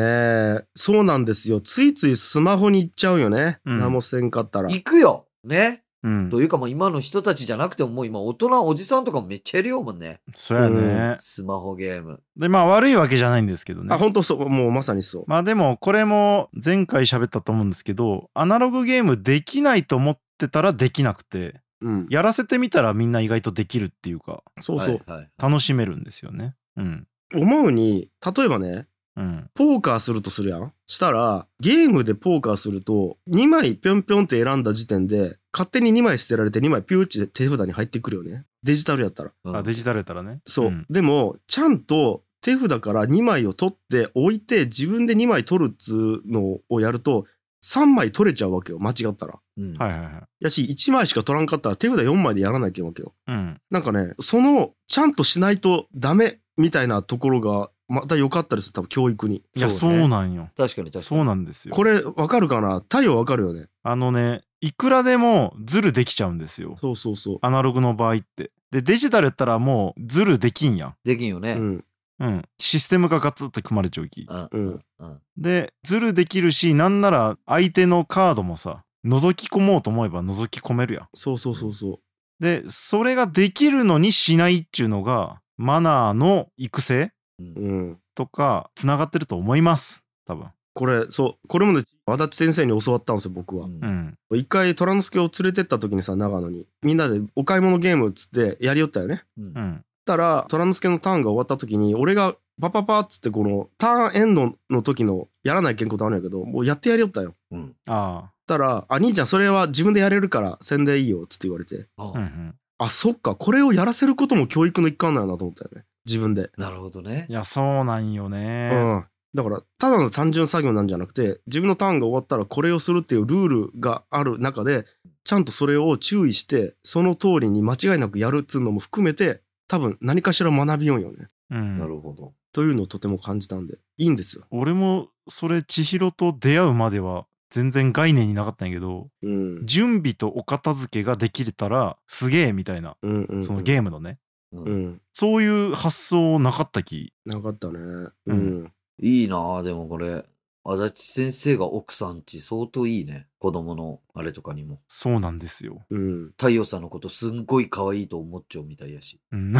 Speaker 3: ねそうなんですよついついスマホに行っちゃうよね、
Speaker 2: うん
Speaker 3: 何もせんかったら。
Speaker 1: 行くよね、
Speaker 2: うん
Speaker 1: と。いうかもう今の人たちじゃなくてももう今大人、おじさんとかもめっちゃいるよもんね。
Speaker 2: そうやね。
Speaker 1: スマホゲーム。
Speaker 2: で、まあ悪いわけじゃないんですけどね
Speaker 3: あ。本当そうもうまさにそう。
Speaker 2: まあでもこれも前回喋ったと思うんですけどアナログゲームできないと思ってたらできなくて
Speaker 3: うん、
Speaker 2: やらせてみたらみんな意外とできるっていうか
Speaker 3: そうそう、
Speaker 1: はいはい
Speaker 2: 楽しめるんですよね。うん。
Speaker 3: 思うに例えばね
Speaker 2: うん。
Speaker 3: ポーカーするとするやん。したら、ゲームでポーカーすると、2枚ぴょんぴょんって選んだ時点で、勝手に2枚捨てられて2枚ピューって手札に入ってくるよね。デジタルやったら。
Speaker 1: うん
Speaker 2: あデジタルやったらね。
Speaker 3: そう。
Speaker 2: ん
Speaker 3: でも、ちゃんと手札から2枚を取って置いて、自分で2枚取るっつうのをやると、3枚取れちゃうわけよ。間違ったら。
Speaker 1: うん
Speaker 2: はいはいはい。
Speaker 3: やし、1枚しか取らんかったら手札4枚でやらなきゃいけんわけよ。
Speaker 2: うん。
Speaker 3: なんかね、その、ちゃんとしないとダメみたいなところが、また良かったりする。多分教育に。
Speaker 2: いや
Speaker 1: そ
Speaker 2: そう
Speaker 1: ね
Speaker 2: うなんよ。
Speaker 1: 確かに確かに。
Speaker 2: そうなんですよ。
Speaker 3: これ、わかるかな太陽わかるよね。
Speaker 2: あのねいくらでもズルできちゃうんですよ。
Speaker 3: そうそうそう。
Speaker 2: アナログの場合って。でデジタルやったらもうズルできんやん。
Speaker 1: できんよね。
Speaker 3: うん、
Speaker 2: うん、システムがガツッと組まれちゃうき
Speaker 1: うん
Speaker 3: うん
Speaker 1: うん
Speaker 2: でズルできるしなんなら相手のカードもさ覗き込もうと思えば覗き込めるやん
Speaker 3: そうそうそうそう。
Speaker 2: でそれができるのにしないっちゅうのがマナーの育成
Speaker 3: うん。
Speaker 2: とかつながってると思います多分
Speaker 3: これ、そう、これもね、足立先生に教わったんですよ、僕は。
Speaker 2: う
Speaker 1: うん
Speaker 2: ん
Speaker 3: 一回、虎之助を連れてった時にさ、長野に。みんなでお買い物ゲームっつってやりよったよね。
Speaker 1: うん
Speaker 2: うん
Speaker 3: たら、虎之助のターンが終わった時に、俺がパパパっつって、この、ターンエンドの時のやらない健康とあるんやけど、もうやってやりよったよ。
Speaker 1: うん
Speaker 2: あ
Speaker 3: たら、あ、兄ちゃん、それは自分でやれるから、せんでいいよ、つって言われて。
Speaker 1: あ
Speaker 2: あうんうん
Speaker 3: あ、そっか、これをやらせることも教育の一環なんやなと思ったよね。自分で。
Speaker 1: なるほどね
Speaker 2: いやそうなんよね
Speaker 3: うん。だから、ただの単純作業なんじゃなくて、自分のターンが終わったらこれをするっていうルールがある中で、ちゃんとそれを注意して、その通りに間違いなくやるっつうのも含めて、多分何かしら学びようよね。
Speaker 2: うん
Speaker 1: なるほど
Speaker 3: というのをとても感じたんで、いいんですよ。
Speaker 2: 俺もそれ千尋と出会うまでは全然概念になかったんやけど
Speaker 3: うん。
Speaker 2: 準備とお片付けができれたらすげえみたいな
Speaker 3: うんうん、
Speaker 2: そのゲームのね
Speaker 1: うん
Speaker 3: うん。
Speaker 2: そういう発想なかったき
Speaker 3: なかったね。うん。
Speaker 2: うん
Speaker 1: いいなあでもこれ足立先生が奥さんち相当いいね子供のあれとかにも
Speaker 2: そうなんですよ。
Speaker 3: うん。
Speaker 1: 太陽さんのことすんごい可愛いと思っちゃうみたいやし
Speaker 2: うん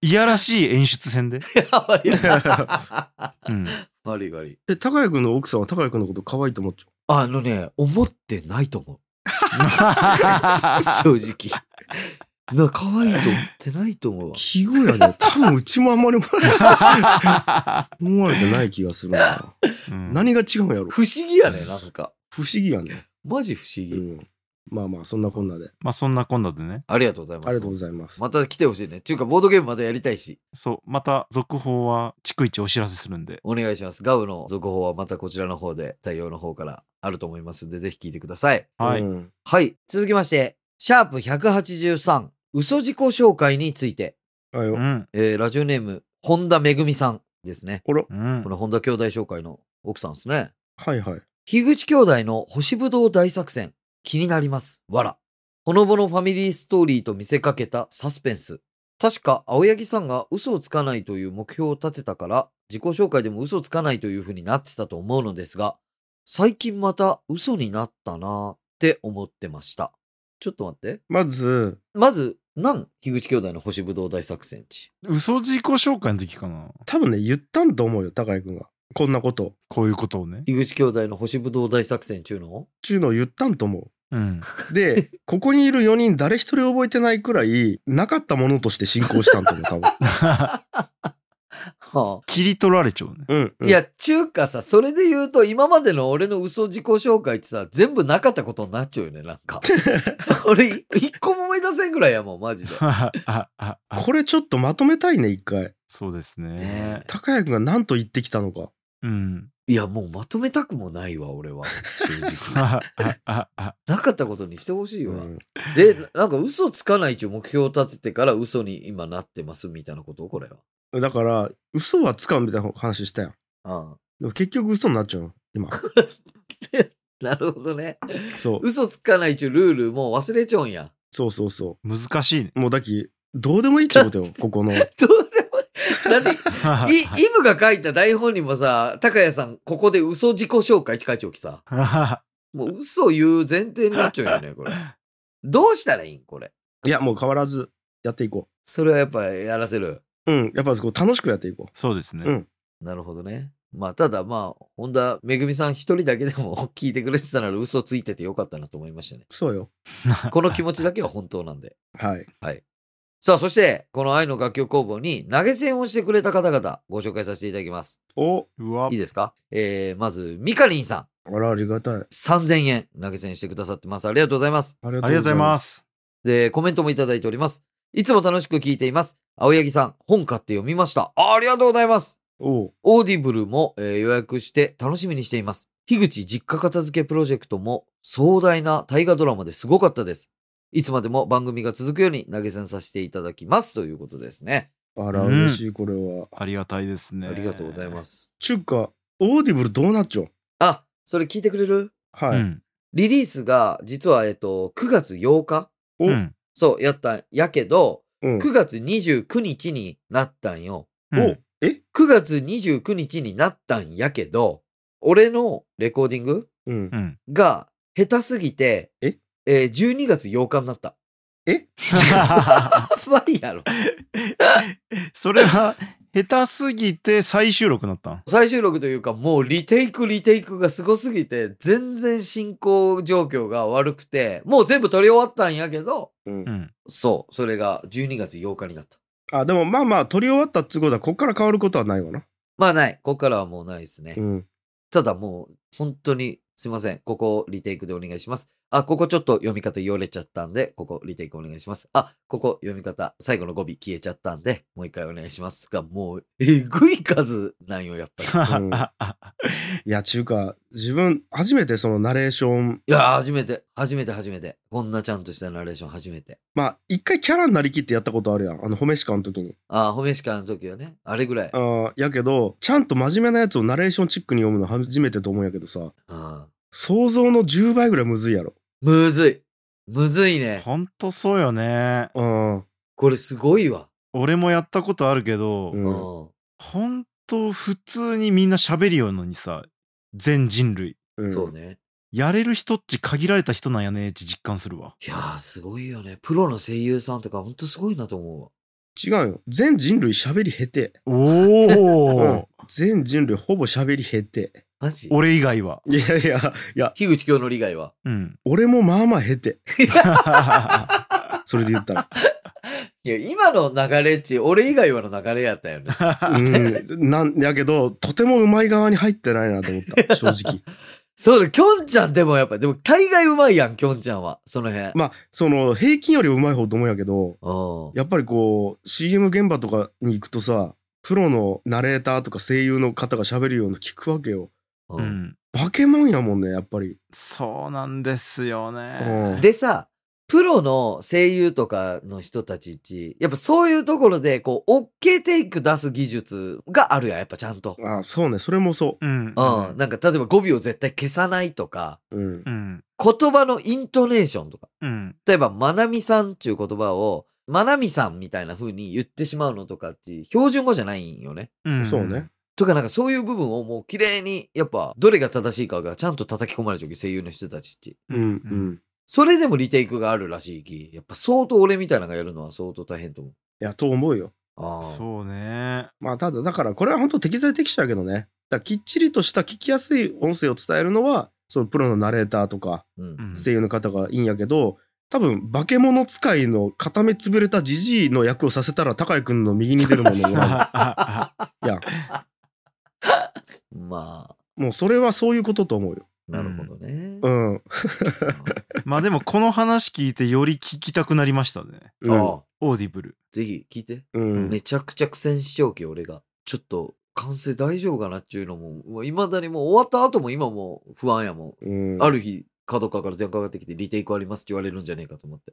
Speaker 2: いやらしい演出戦で、
Speaker 1: 悪い
Speaker 2: うん、
Speaker 1: 悪い悪い
Speaker 3: え、高谷君の奥さんは高谷君のこと可愛いと思っちゃ
Speaker 1: あのね思ってないと思う正直な可愛いと思ってないと思う
Speaker 3: う。
Speaker 1: わ
Speaker 3: 奇遇やね。多分うちもあんまり思われ思われてない気がする な。
Speaker 2: うん
Speaker 3: 何が違うんやろ
Speaker 1: 不思議やねなんか
Speaker 3: 不思議やね。
Speaker 1: マジ不思議、
Speaker 3: うん。まあまあ、そんなこんなで。
Speaker 2: まあそんなこんなでね
Speaker 1: ありがとうござい
Speaker 3: あ
Speaker 1: ま
Speaker 3: り
Speaker 1: す
Speaker 3: がとうございます。
Speaker 1: また来てほしいねっていうかボードゲームまたやりたいし
Speaker 2: そうまた続報は逐一お知らせするんで
Speaker 1: お願いしますガウの続報はまたこちらの方で対応の方からあると思いますんでぜひ聞いてください
Speaker 2: はい、
Speaker 3: うん
Speaker 1: はい。続きまして、シャープ183、嘘自己紹介について、
Speaker 3: はいよ
Speaker 2: うん
Speaker 1: えーラジオネーム、本田めぐみさんですね。
Speaker 3: あら、
Speaker 2: うん
Speaker 1: この本田兄弟紹介の奥さんですね。
Speaker 3: はいはい。
Speaker 1: 樋口兄弟の星ぶどう大作戦、気になります。わら。ほのぼのファミリーストーリーと見せかけたサスペンス。確か、青柳さんが嘘をつかないという目標を立てたから、自己紹介でも嘘をつかないという風になってたと思うのですが、最近また嘘になったなーって思ってました。ちょっと待って。
Speaker 3: まず、
Speaker 1: まず、なん樋口兄弟の星ぶどう大作戦地。
Speaker 2: 嘘自己紹介の時かな
Speaker 3: 多分ね、言ったんと思うよ、高井くんが。こんなこと。
Speaker 2: こういうことを ね
Speaker 1: 樋口兄弟の星ぶどう大作戦中の
Speaker 3: ちゅうのを言ったんと思
Speaker 2: うん
Speaker 3: う。で、ここにいる4人誰一人覚えてないくらい、なかったものとして進行したんと思う、多分。
Speaker 1: は
Speaker 2: 切り取られちゃうね
Speaker 3: うん、
Speaker 1: あ、い、や、中華さ、それで言うと、今までの俺の嘘自己紹介ってさ、全部なかったことになっちゃうよね、なん か。俺、一個も思い出せんぐらいやもん、マジで。
Speaker 2: ああああ
Speaker 3: これちょっとまとめたいね、一回。
Speaker 2: そうです
Speaker 1: ね
Speaker 2: ね
Speaker 3: 高谷くんが何と言ってきたのか。
Speaker 2: うん
Speaker 1: いや、もうまとめたくもないわ、俺は。 正直。
Speaker 2: ああああ
Speaker 1: なかったことにしてほしいわ。
Speaker 3: うん
Speaker 1: で、なんか嘘つかないという目標を立ててから嘘に今なってます、みたいなことこれは。
Speaker 3: だから、嘘はつかんみたいな話したやん。
Speaker 1: あ
Speaker 3: でも結局嘘になっちゃうよ今。
Speaker 1: あなるほどね。
Speaker 3: そう。
Speaker 1: 嘘つかないちゅうルールもう忘れちゃうんや。
Speaker 3: そうそうそ
Speaker 2: 難しいね
Speaker 3: う。もうだき、どうでもいいってことよ、ここの。
Speaker 1: どうでも、だって、い、イブが書いた台本にもさ、高谷さん、ここで嘘自己紹介って書いておきさ、もう嘘を言う前提になっちゃうよね、これ。どうしたらいいんこれ。
Speaker 3: いや、もう変わらずやっていこ
Speaker 1: それはやっぱやらせる。
Speaker 3: う。うん。やっぱこう楽しくやっていこ
Speaker 2: そうですね、
Speaker 3: うん
Speaker 1: なるほどね。まあ、ただまあ、本田めぐみさん一人だけでも 聞いてくれてたなら嘘ついててよかったなと思いましたね。
Speaker 3: う。そうよ。
Speaker 1: この気持ちだけは本当なんで。
Speaker 3: はい。
Speaker 1: さあ、そして、この愛の楽曲工房に投げ銭をしてくれた方々、ご紹介させていただきます。
Speaker 3: お
Speaker 2: うわ
Speaker 1: いいですかえー、まず、ミカリンさん。
Speaker 3: あら、ありがたい。
Speaker 1: 3000円投げ銭してくださってます。ありがとうございます。
Speaker 3: ありが。
Speaker 2: ありがとうございますす
Speaker 1: で、コメントもいただいております。いつも楽しく聞いています。青柳さん、本買って読みました。あありがとうございます。
Speaker 3: おう
Speaker 1: オーディブルも、えー予約して楽しみにしています。樋口実家片付けプロジェクトも壮大な大河ドラマですごかったです。いつまでも番組が続くように投げ銭させていただきますということですね。
Speaker 3: あら、
Speaker 2: うん
Speaker 3: 嬉しい、これは。
Speaker 2: ありがたいですね、
Speaker 1: ありがとうございますす。
Speaker 3: ちゅうか、オーディブルどうなっちゃう
Speaker 1: あ、それ聞いてくれる
Speaker 3: はい。
Speaker 2: うん
Speaker 1: リリースが実は、えっと、9月8日
Speaker 3: お、
Speaker 2: うん
Speaker 1: そう、やったんやけど、
Speaker 3: うん。
Speaker 1: 9月29日になったんよ。
Speaker 2: うん
Speaker 3: おえ
Speaker 1: 9月29日になったんやけど、俺のレコーディング
Speaker 3: うん
Speaker 2: う。ん
Speaker 1: が下手すぎて、
Speaker 3: え
Speaker 1: えー ?12 月8日になった。やばいやろ。
Speaker 2: それは下手すぎて再収録になったん
Speaker 1: 最終録というか、もうリテイクリテイクがすごすぎて、全然進行状況が悪くて、もう全部撮り終わったんやけど、
Speaker 3: うん
Speaker 2: うん
Speaker 1: そう、それが12月8日になった。
Speaker 3: あ、でもまあまあ、撮り終わったってことは、こっから変わることはないわな。
Speaker 1: まあない。ここからはもうないですね。
Speaker 3: うん。
Speaker 1: ただもう、本当に、すいません。ここ、リテイクでお願いします。あ、ここちょっと読み方言われちゃったんで、ここ、リテイクお願いします。あ、ここ、読み方、最後の語尾消えちゃったんで、もう一回お願いします。が、もう、えぐい数なんよ、やっ ぱり。 い
Speaker 3: んいや、ちゅうか、自分、初めてそのナレーション、
Speaker 1: やー、初めて、初めて、初めて。こんなちゃんとしたナレーション初めて。
Speaker 3: まあ、一回キャラになりきってやったことあるやん。あの、褒めしかの時に。
Speaker 1: あー、褒めしかの時はね、あれぐらい。
Speaker 3: あーやけど、ちゃんと真面目なやつをナレーションチックに読むの初めてと思うんやけどさ、
Speaker 1: うん。
Speaker 3: 想像の10倍ぐらいむずいやろ。
Speaker 1: むずい。むずいね。
Speaker 2: ほんとそうよね
Speaker 3: うん。
Speaker 1: これすごいわ。
Speaker 2: 俺もやったことあるけど、
Speaker 3: う。
Speaker 1: うんん。
Speaker 2: ほんと普通にみんな喋りようのにさ全人類
Speaker 3: うん、
Speaker 1: そうね。
Speaker 2: やれる人っち限られた人なんやねーって実感するわ
Speaker 1: いやー、すごいよね。プロの声優さんとか、ほんとすごいなと思うわ。
Speaker 3: 違うよ。全人類喋り減って。
Speaker 2: おお
Speaker 3: 全人類ほぼ喋り減って。
Speaker 1: マジ
Speaker 2: 俺以外はい
Speaker 3: やいや、いや、
Speaker 1: 樋口教の利害は。
Speaker 2: うん
Speaker 3: 俺もまあまあ減って。それで言った ら。
Speaker 1: いや、今の流れっち、俺以外はの流れやったよね。
Speaker 3: うん。なんやけど、とてもうまい側に入ってないなと思った。正 直。
Speaker 1: そうだ、きょんちゃんでもやっぱ、でも大概うまいやん、きょんちゃんは。その辺。
Speaker 3: まあ、その、平均よりうまい方と思うんやけど、
Speaker 1: うん。
Speaker 3: やっぱりこう、CM 現場とかに行くとさ、プロのナレーターとか声優の方が喋るような聞くわけよ。
Speaker 1: う
Speaker 2: うんん
Speaker 3: 化け物やもんね、やっぱり。
Speaker 2: そうなんですよ
Speaker 3: う
Speaker 2: ね
Speaker 3: ん
Speaker 1: でさ、プロの声優とかの人たちっち、やっぱそういうところで、こう、OK テイク出す技術があるやん、やっぱちゃんと。
Speaker 3: ああ、そうね、それもそ
Speaker 2: うん
Speaker 1: うん。なんか、例えば語尾を絶対消さないとか、
Speaker 3: う。うん
Speaker 2: う。ん
Speaker 1: 言葉のイントネーションとか。
Speaker 2: うん
Speaker 1: 例えば、まなみさんっていう言葉を、まなみさんみたいな風に言ってしまうのとかって、標準語じゃないんよね。
Speaker 2: うん
Speaker 3: そうね。
Speaker 1: とかなんかそういう部分をもう綺麗に、やっぱどれが正しいかがちゃんと叩き込まれちゃうき声優の人たちって。
Speaker 3: うん、うん。
Speaker 1: それでもリテイクがあるらしいき、やっぱ相当俺みたいなのがやるのは相当大変と思う。
Speaker 3: いや、と思うよ。
Speaker 1: ああ。
Speaker 2: そうね
Speaker 3: まあ、ただ、だから、これは本当適材適所やけどね。だからきっちりとした聞きやすい音声を伝えるのは、そのプロのナレーターとか
Speaker 1: う。ん
Speaker 2: う。ん
Speaker 3: 声優の方がいいんやけど、多分、化け物使いの固め潰れたジジイの役をさせたら、高井くんの右に出るものも らう。いや、
Speaker 1: まあ、
Speaker 3: もうそれはそういうことと思うよ。
Speaker 1: なるほどね。
Speaker 3: うん。
Speaker 2: まあでもこの話聞いてより聞きたくなりましたね
Speaker 1: あ
Speaker 3: うん
Speaker 1: あ。
Speaker 2: オーディブ ル
Speaker 1: ぜひ聞いて。
Speaker 3: うん。
Speaker 1: めちゃくちゃ苦戦しようけ、俺が。ちょっと、完成大丈夫かなっていうのも、もう未だにもう終わった後も今も不安やもん。
Speaker 3: うん
Speaker 1: ある日、角川から電話かかってきて、リテイクありますって言われるんじゃねえかと思って。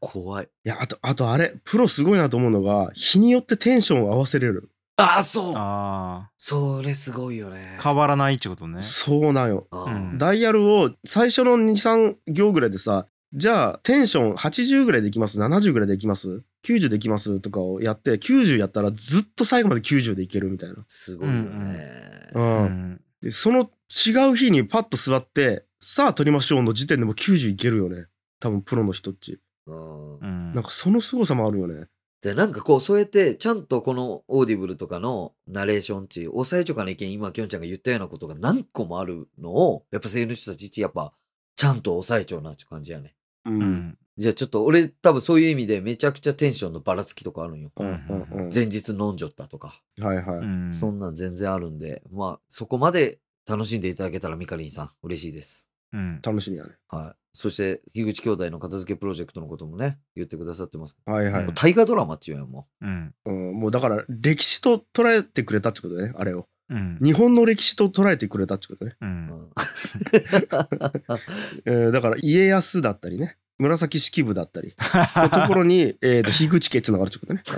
Speaker 1: 怖い。
Speaker 3: いや、あと、あとあれ、プロすごいなと思うのが、日によってテンションを合わせれる。
Speaker 1: ああ、そう
Speaker 2: あ
Speaker 1: それすごいよね。
Speaker 2: ー変わらないってことね
Speaker 3: そうなんよ。
Speaker 1: あ
Speaker 2: う
Speaker 1: ー
Speaker 2: ん
Speaker 3: ダイヤルを最初の2、3行ぐらいでさ、じゃあテンション80ぐらいでいきます、70ぐらいでいきます、90でいきますとかをやって、90やったらずっと最後まで90でいけるみたいな。
Speaker 1: すごいよね。
Speaker 3: う。
Speaker 2: うんん
Speaker 3: で、その違う日にパッと座って、さあ撮りましょうの時点でもう90いけるよね。多分プロの人っち。
Speaker 1: うん
Speaker 2: うん
Speaker 3: なんかその凄さもあるよね。
Speaker 1: で、なんかこう、そうやって、ちゃんとこのオーディブルとかのナレーションっていう、抑えちょかな意見、今、きょんちゃんが言ったようなことが何個もあるのを、やっぱ声優の人たち一、やっぱ、ちゃんと抑えちゃうなって感じやね。
Speaker 3: う。
Speaker 2: うんん
Speaker 1: じゃあちょっと俺、多分そういう意味で、めちゃくちゃテンションのばらつきとかあるんよ。
Speaker 3: うんうん
Speaker 1: 前日飲んじゃったとか。
Speaker 3: うん。はいは
Speaker 2: う
Speaker 3: い。
Speaker 2: ん
Speaker 1: そんなん全然あるんで、まあ、そこまで楽しんでいただけたら、ミカリンさん、嬉しいです。
Speaker 2: うん
Speaker 3: 楽しみやね。
Speaker 1: はい。そして、樋口兄弟の片付けプロジェクトのこともね、言ってくださってます。
Speaker 3: はいはい。
Speaker 2: うん
Speaker 1: 大河ドラマっていうやん、も
Speaker 2: うん
Speaker 3: うん、もうだから歴史と捉えてくれたってことだね、あれを。
Speaker 2: うん
Speaker 3: 日本の歴史と捉えてくれたってことね。
Speaker 2: う
Speaker 1: う。うん ん、
Speaker 3: えーだから家康だったりね、紫式部だったり、のところに、 えーと、樋口家つながるってことね。
Speaker 1: 北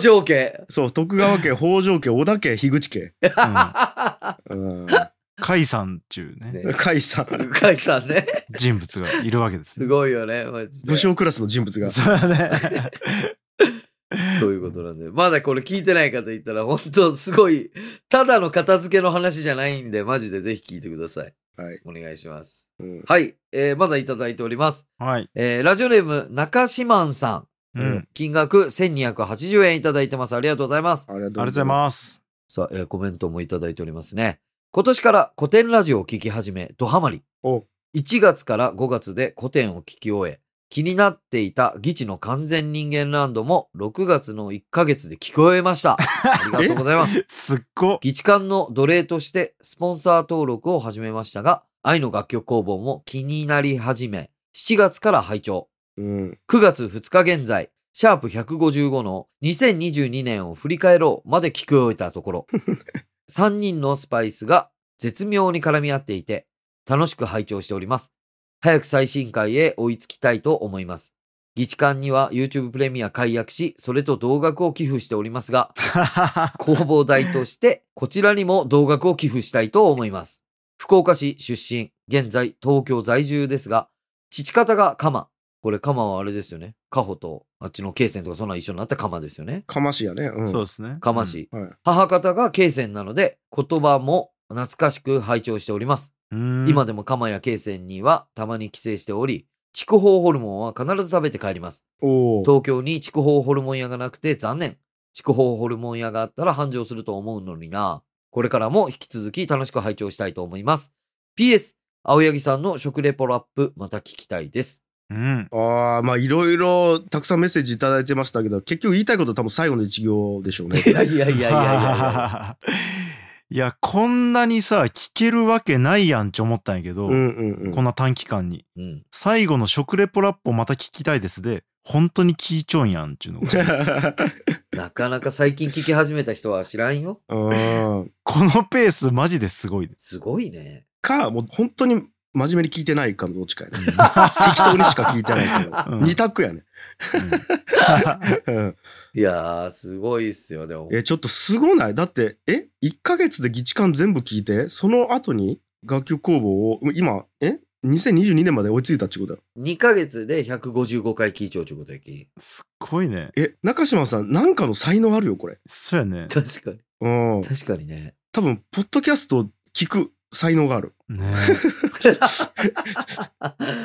Speaker 1: 条家。
Speaker 3: そう、徳川家、北条家、織田家、樋口家。
Speaker 2: うん
Speaker 3: うん。
Speaker 2: 甲斐さんっていうね
Speaker 1: ね
Speaker 3: 甲斐さん。
Speaker 1: 向井さん ね。
Speaker 2: 人物がいるわけです
Speaker 1: す
Speaker 2: ね。
Speaker 1: ごいよね。マジで
Speaker 3: 武将クラスの人物が。
Speaker 2: そうだ ね。
Speaker 1: そういうことなんで。まだこれ聞いてない方いたら、本当すごい、ただの片付けの話じゃないんで、マジでぜひ聞いてください。
Speaker 3: はい。
Speaker 1: お願いします。
Speaker 3: うん
Speaker 1: はい。えー、まだいただいております。
Speaker 2: はい。
Speaker 1: えー、ラジオネーム、中島んさん。
Speaker 2: うん。
Speaker 1: 金額1280円いただいてます。ありがとうございます。
Speaker 3: ありが
Speaker 2: ありがと
Speaker 3: と
Speaker 2: う
Speaker 3: う
Speaker 2: ご
Speaker 3: ご
Speaker 2: ざ
Speaker 3: ざ
Speaker 2: い
Speaker 3: いま
Speaker 2: ます。
Speaker 1: さあ、えーコメントもいただいておりますね。今年から古典ラジオを聞き始め、ドハマり。
Speaker 3: お
Speaker 1: 1月から5月で古典を聞き終え、気になっていた義地の完全人間ランドも6月の1ヶ月で聞こえました。ありがとうございます。
Speaker 2: すっご。
Speaker 1: 義地館の奴隷としてスポンサー登録を始めましたが、愛の楽曲工房も気になり始め、7月から拝聴。
Speaker 3: す。うん。
Speaker 1: 9月2日現在、シャープ155の2022年を振り返ろうまで聞き終えたところ、3人のスパイスが絶妙に絡み合っていて、楽しく拝聴しております。早く最新回へ追いつきたいと思います。議事館には YouTube プレミア解約し、それと同額を寄付しておりますが、工房代として、こちらにも同額を寄付したいと思います。福岡市出身、現在東京在住ですが、父方が鎌。これ鎌はあれですよね。カホと、あっちの慶線とかそんなん一緒になった鎌ですよね。
Speaker 3: かましやね。う ん。
Speaker 2: そうですね。
Speaker 1: 鎌市。
Speaker 3: はい。
Speaker 1: 母方が慶線なので、言葉も懐かしく拝聴しております。
Speaker 2: うん。
Speaker 1: 今
Speaker 2: で。
Speaker 1: でも鎌や慶線にはたまに帰省しており、筑豊ホルモンは必ず食べて帰ります。
Speaker 3: おお。
Speaker 1: 東京に筑豊ホルモン屋がなくて残念。筑豊ホルモン屋があったら繁盛すると思うのにな。これからも引き続き楽しく拝聴したいと思います。PS、青柳さんの食レポラップ、また聞きたいです。
Speaker 2: うん。
Speaker 3: ああ、まあいろいろたくさんメッセージいただいてましたけど、結局言いたいこと多分最後の一行でしょう ね。
Speaker 1: いやいやいやいやいやいや。
Speaker 2: いや、こんなにさ、聞けるわけないやんって思ったんやけど、
Speaker 3: うんうんうん。
Speaker 2: こんな短期間に。
Speaker 1: うん。
Speaker 2: 最後の食レポラップをまた聞きたいですで、本当に聞いちょんやんっていうの が。
Speaker 1: なかなか最近聞き始めた人は知らんよ。
Speaker 3: うん
Speaker 2: このペースマジですごいです。
Speaker 1: すごいね。
Speaker 3: か、もう本当に真面目に聞いてないかのどっちかやね。
Speaker 2: うん
Speaker 3: 適当にしか聞いてないから。
Speaker 2: うん
Speaker 3: 二択やね。うん
Speaker 1: いやー、すごいっすよ、でも。
Speaker 3: え、ちょっとすごないだって、え ?1 ヶ月で議事館全部聞いて、その後に楽曲工房を、今、え ?2022 年まで追いついたってことだよ。
Speaker 1: 2ヶ月で155回聞いちゃうちゅうことやき。
Speaker 2: すっごいね。
Speaker 3: え、中島さん、なんかの才能あるよ、これ。
Speaker 2: そうやね。
Speaker 1: 確かに。
Speaker 3: うん。
Speaker 1: 確かに ね。
Speaker 3: 多分、ポッドキャストを聞く才能がある。
Speaker 2: ね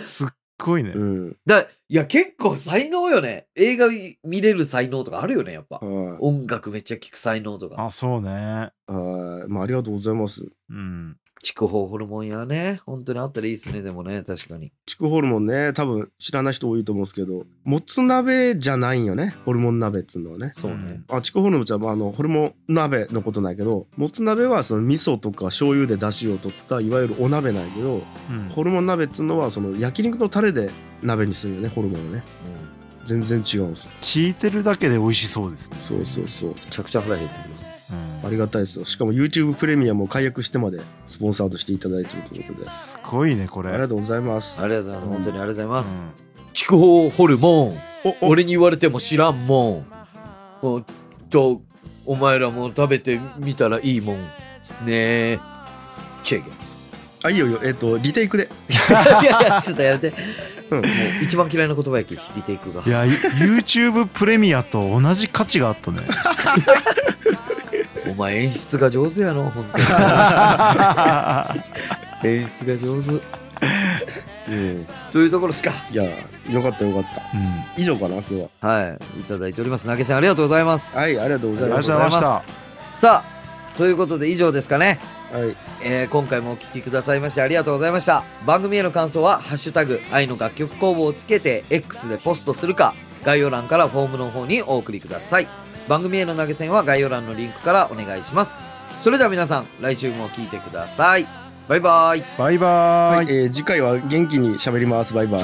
Speaker 2: すっごいね
Speaker 3: う。ん。
Speaker 1: だ、いや、結構才能よね。映画見れる才能とかあるよね、やっぱ。
Speaker 3: はい
Speaker 1: 音楽めっちゃ聴く才能とか。
Speaker 2: あ、そうね。
Speaker 3: はい。まあ、ありがとうございます。
Speaker 2: うん。
Speaker 1: 筑豊ホルモンやね。本当にあったらいいっすね、でもね、確かに。
Speaker 3: チクホルモンね、多分知らない人多いと思うんですけど、もつ鍋じゃないんよね。ホルモン鍋っつうのはね。
Speaker 1: そうね。
Speaker 2: ん
Speaker 3: あ、チコホルモンちゃん、まあ、あの、ホルモン鍋のことなんやけど、もつ鍋はその味噌とか醤油で出汁を取った、いわゆるお鍋なんやけど、
Speaker 2: うん
Speaker 3: ホルモン鍋っつうのは、その焼肉のタレで鍋にするよね、ホルモンをね。
Speaker 1: うん。
Speaker 3: 全然違うんですよ。
Speaker 2: 聞いてるだけで美味しそうですね。
Speaker 3: そうそうそう。
Speaker 1: めちゃくちゃ腹減ってくる。
Speaker 2: うん
Speaker 3: ありがたいですよ。しかも YouTube プレミアムを解約してまでスポンサードしていただいてるということで。
Speaker 2: すごいね、これ。
Speaker 3: ありがとうございます。
Speaker 1: ありがとうございます。本当にありがとうございます
Speaker 2: う。ん
Speaker 1: 筑豊ホルモン。
Speaker 3: お、お、
Speaker 1: 俺に言われても知らんもん。おっと、お前らも食べてみたらいいもん。ねえ。チェ ゲ。
Speaker 3: あ、いいよいいよ。えっ、と、リテイクで。
Speaker 1: いやいや、ちょっとやめて。
Speaker 3: う
Speaker 1: も
Speaker 3: ん。
Speaker 1: う一番嫌いな言葉やき、リテイクが
Speaker 2: い。や、YouTube プレミアと同じ価値があったね。
Speaker 1: お前演出が上手やの、本当に。演出が上手。
Speaker 3: うん。い
Speaker 1: と いうところですか。
Speaker 3: や、よかったよかった。
Speaker 2: うん
Speaker 3: 以上かな、今日は。
Speaker 1: はい。いただいております。投げ銭ありがとうございます。
Speaker 3: はい、ありがとうござ
Speaker 2: あ
Speaker 3: い
Speaker 2: りがとう
Speaker 3: ま
Speaker 2: ござ
Speaker 3: す。
Speaker 2: いました。
Speaker 1: さあ、ということで以上ですかね。
Speaker 3: はい。
Speaker 1: えー今回もお聴きくださいましてありがとうございました。番組への感想は、ハッシュタグ、愛の楽曲工房をつけて、X でポストするか、概要欄からフォームの方にお送りください。番組への投げ銭は概要欄のリンクからお願いします。それでは皆さん、来週も聴いてください。バイバイ。
Speaker 2: バイバーイ。
Speaker 3: はい、えー次回は元気に喋ります。バイバイ。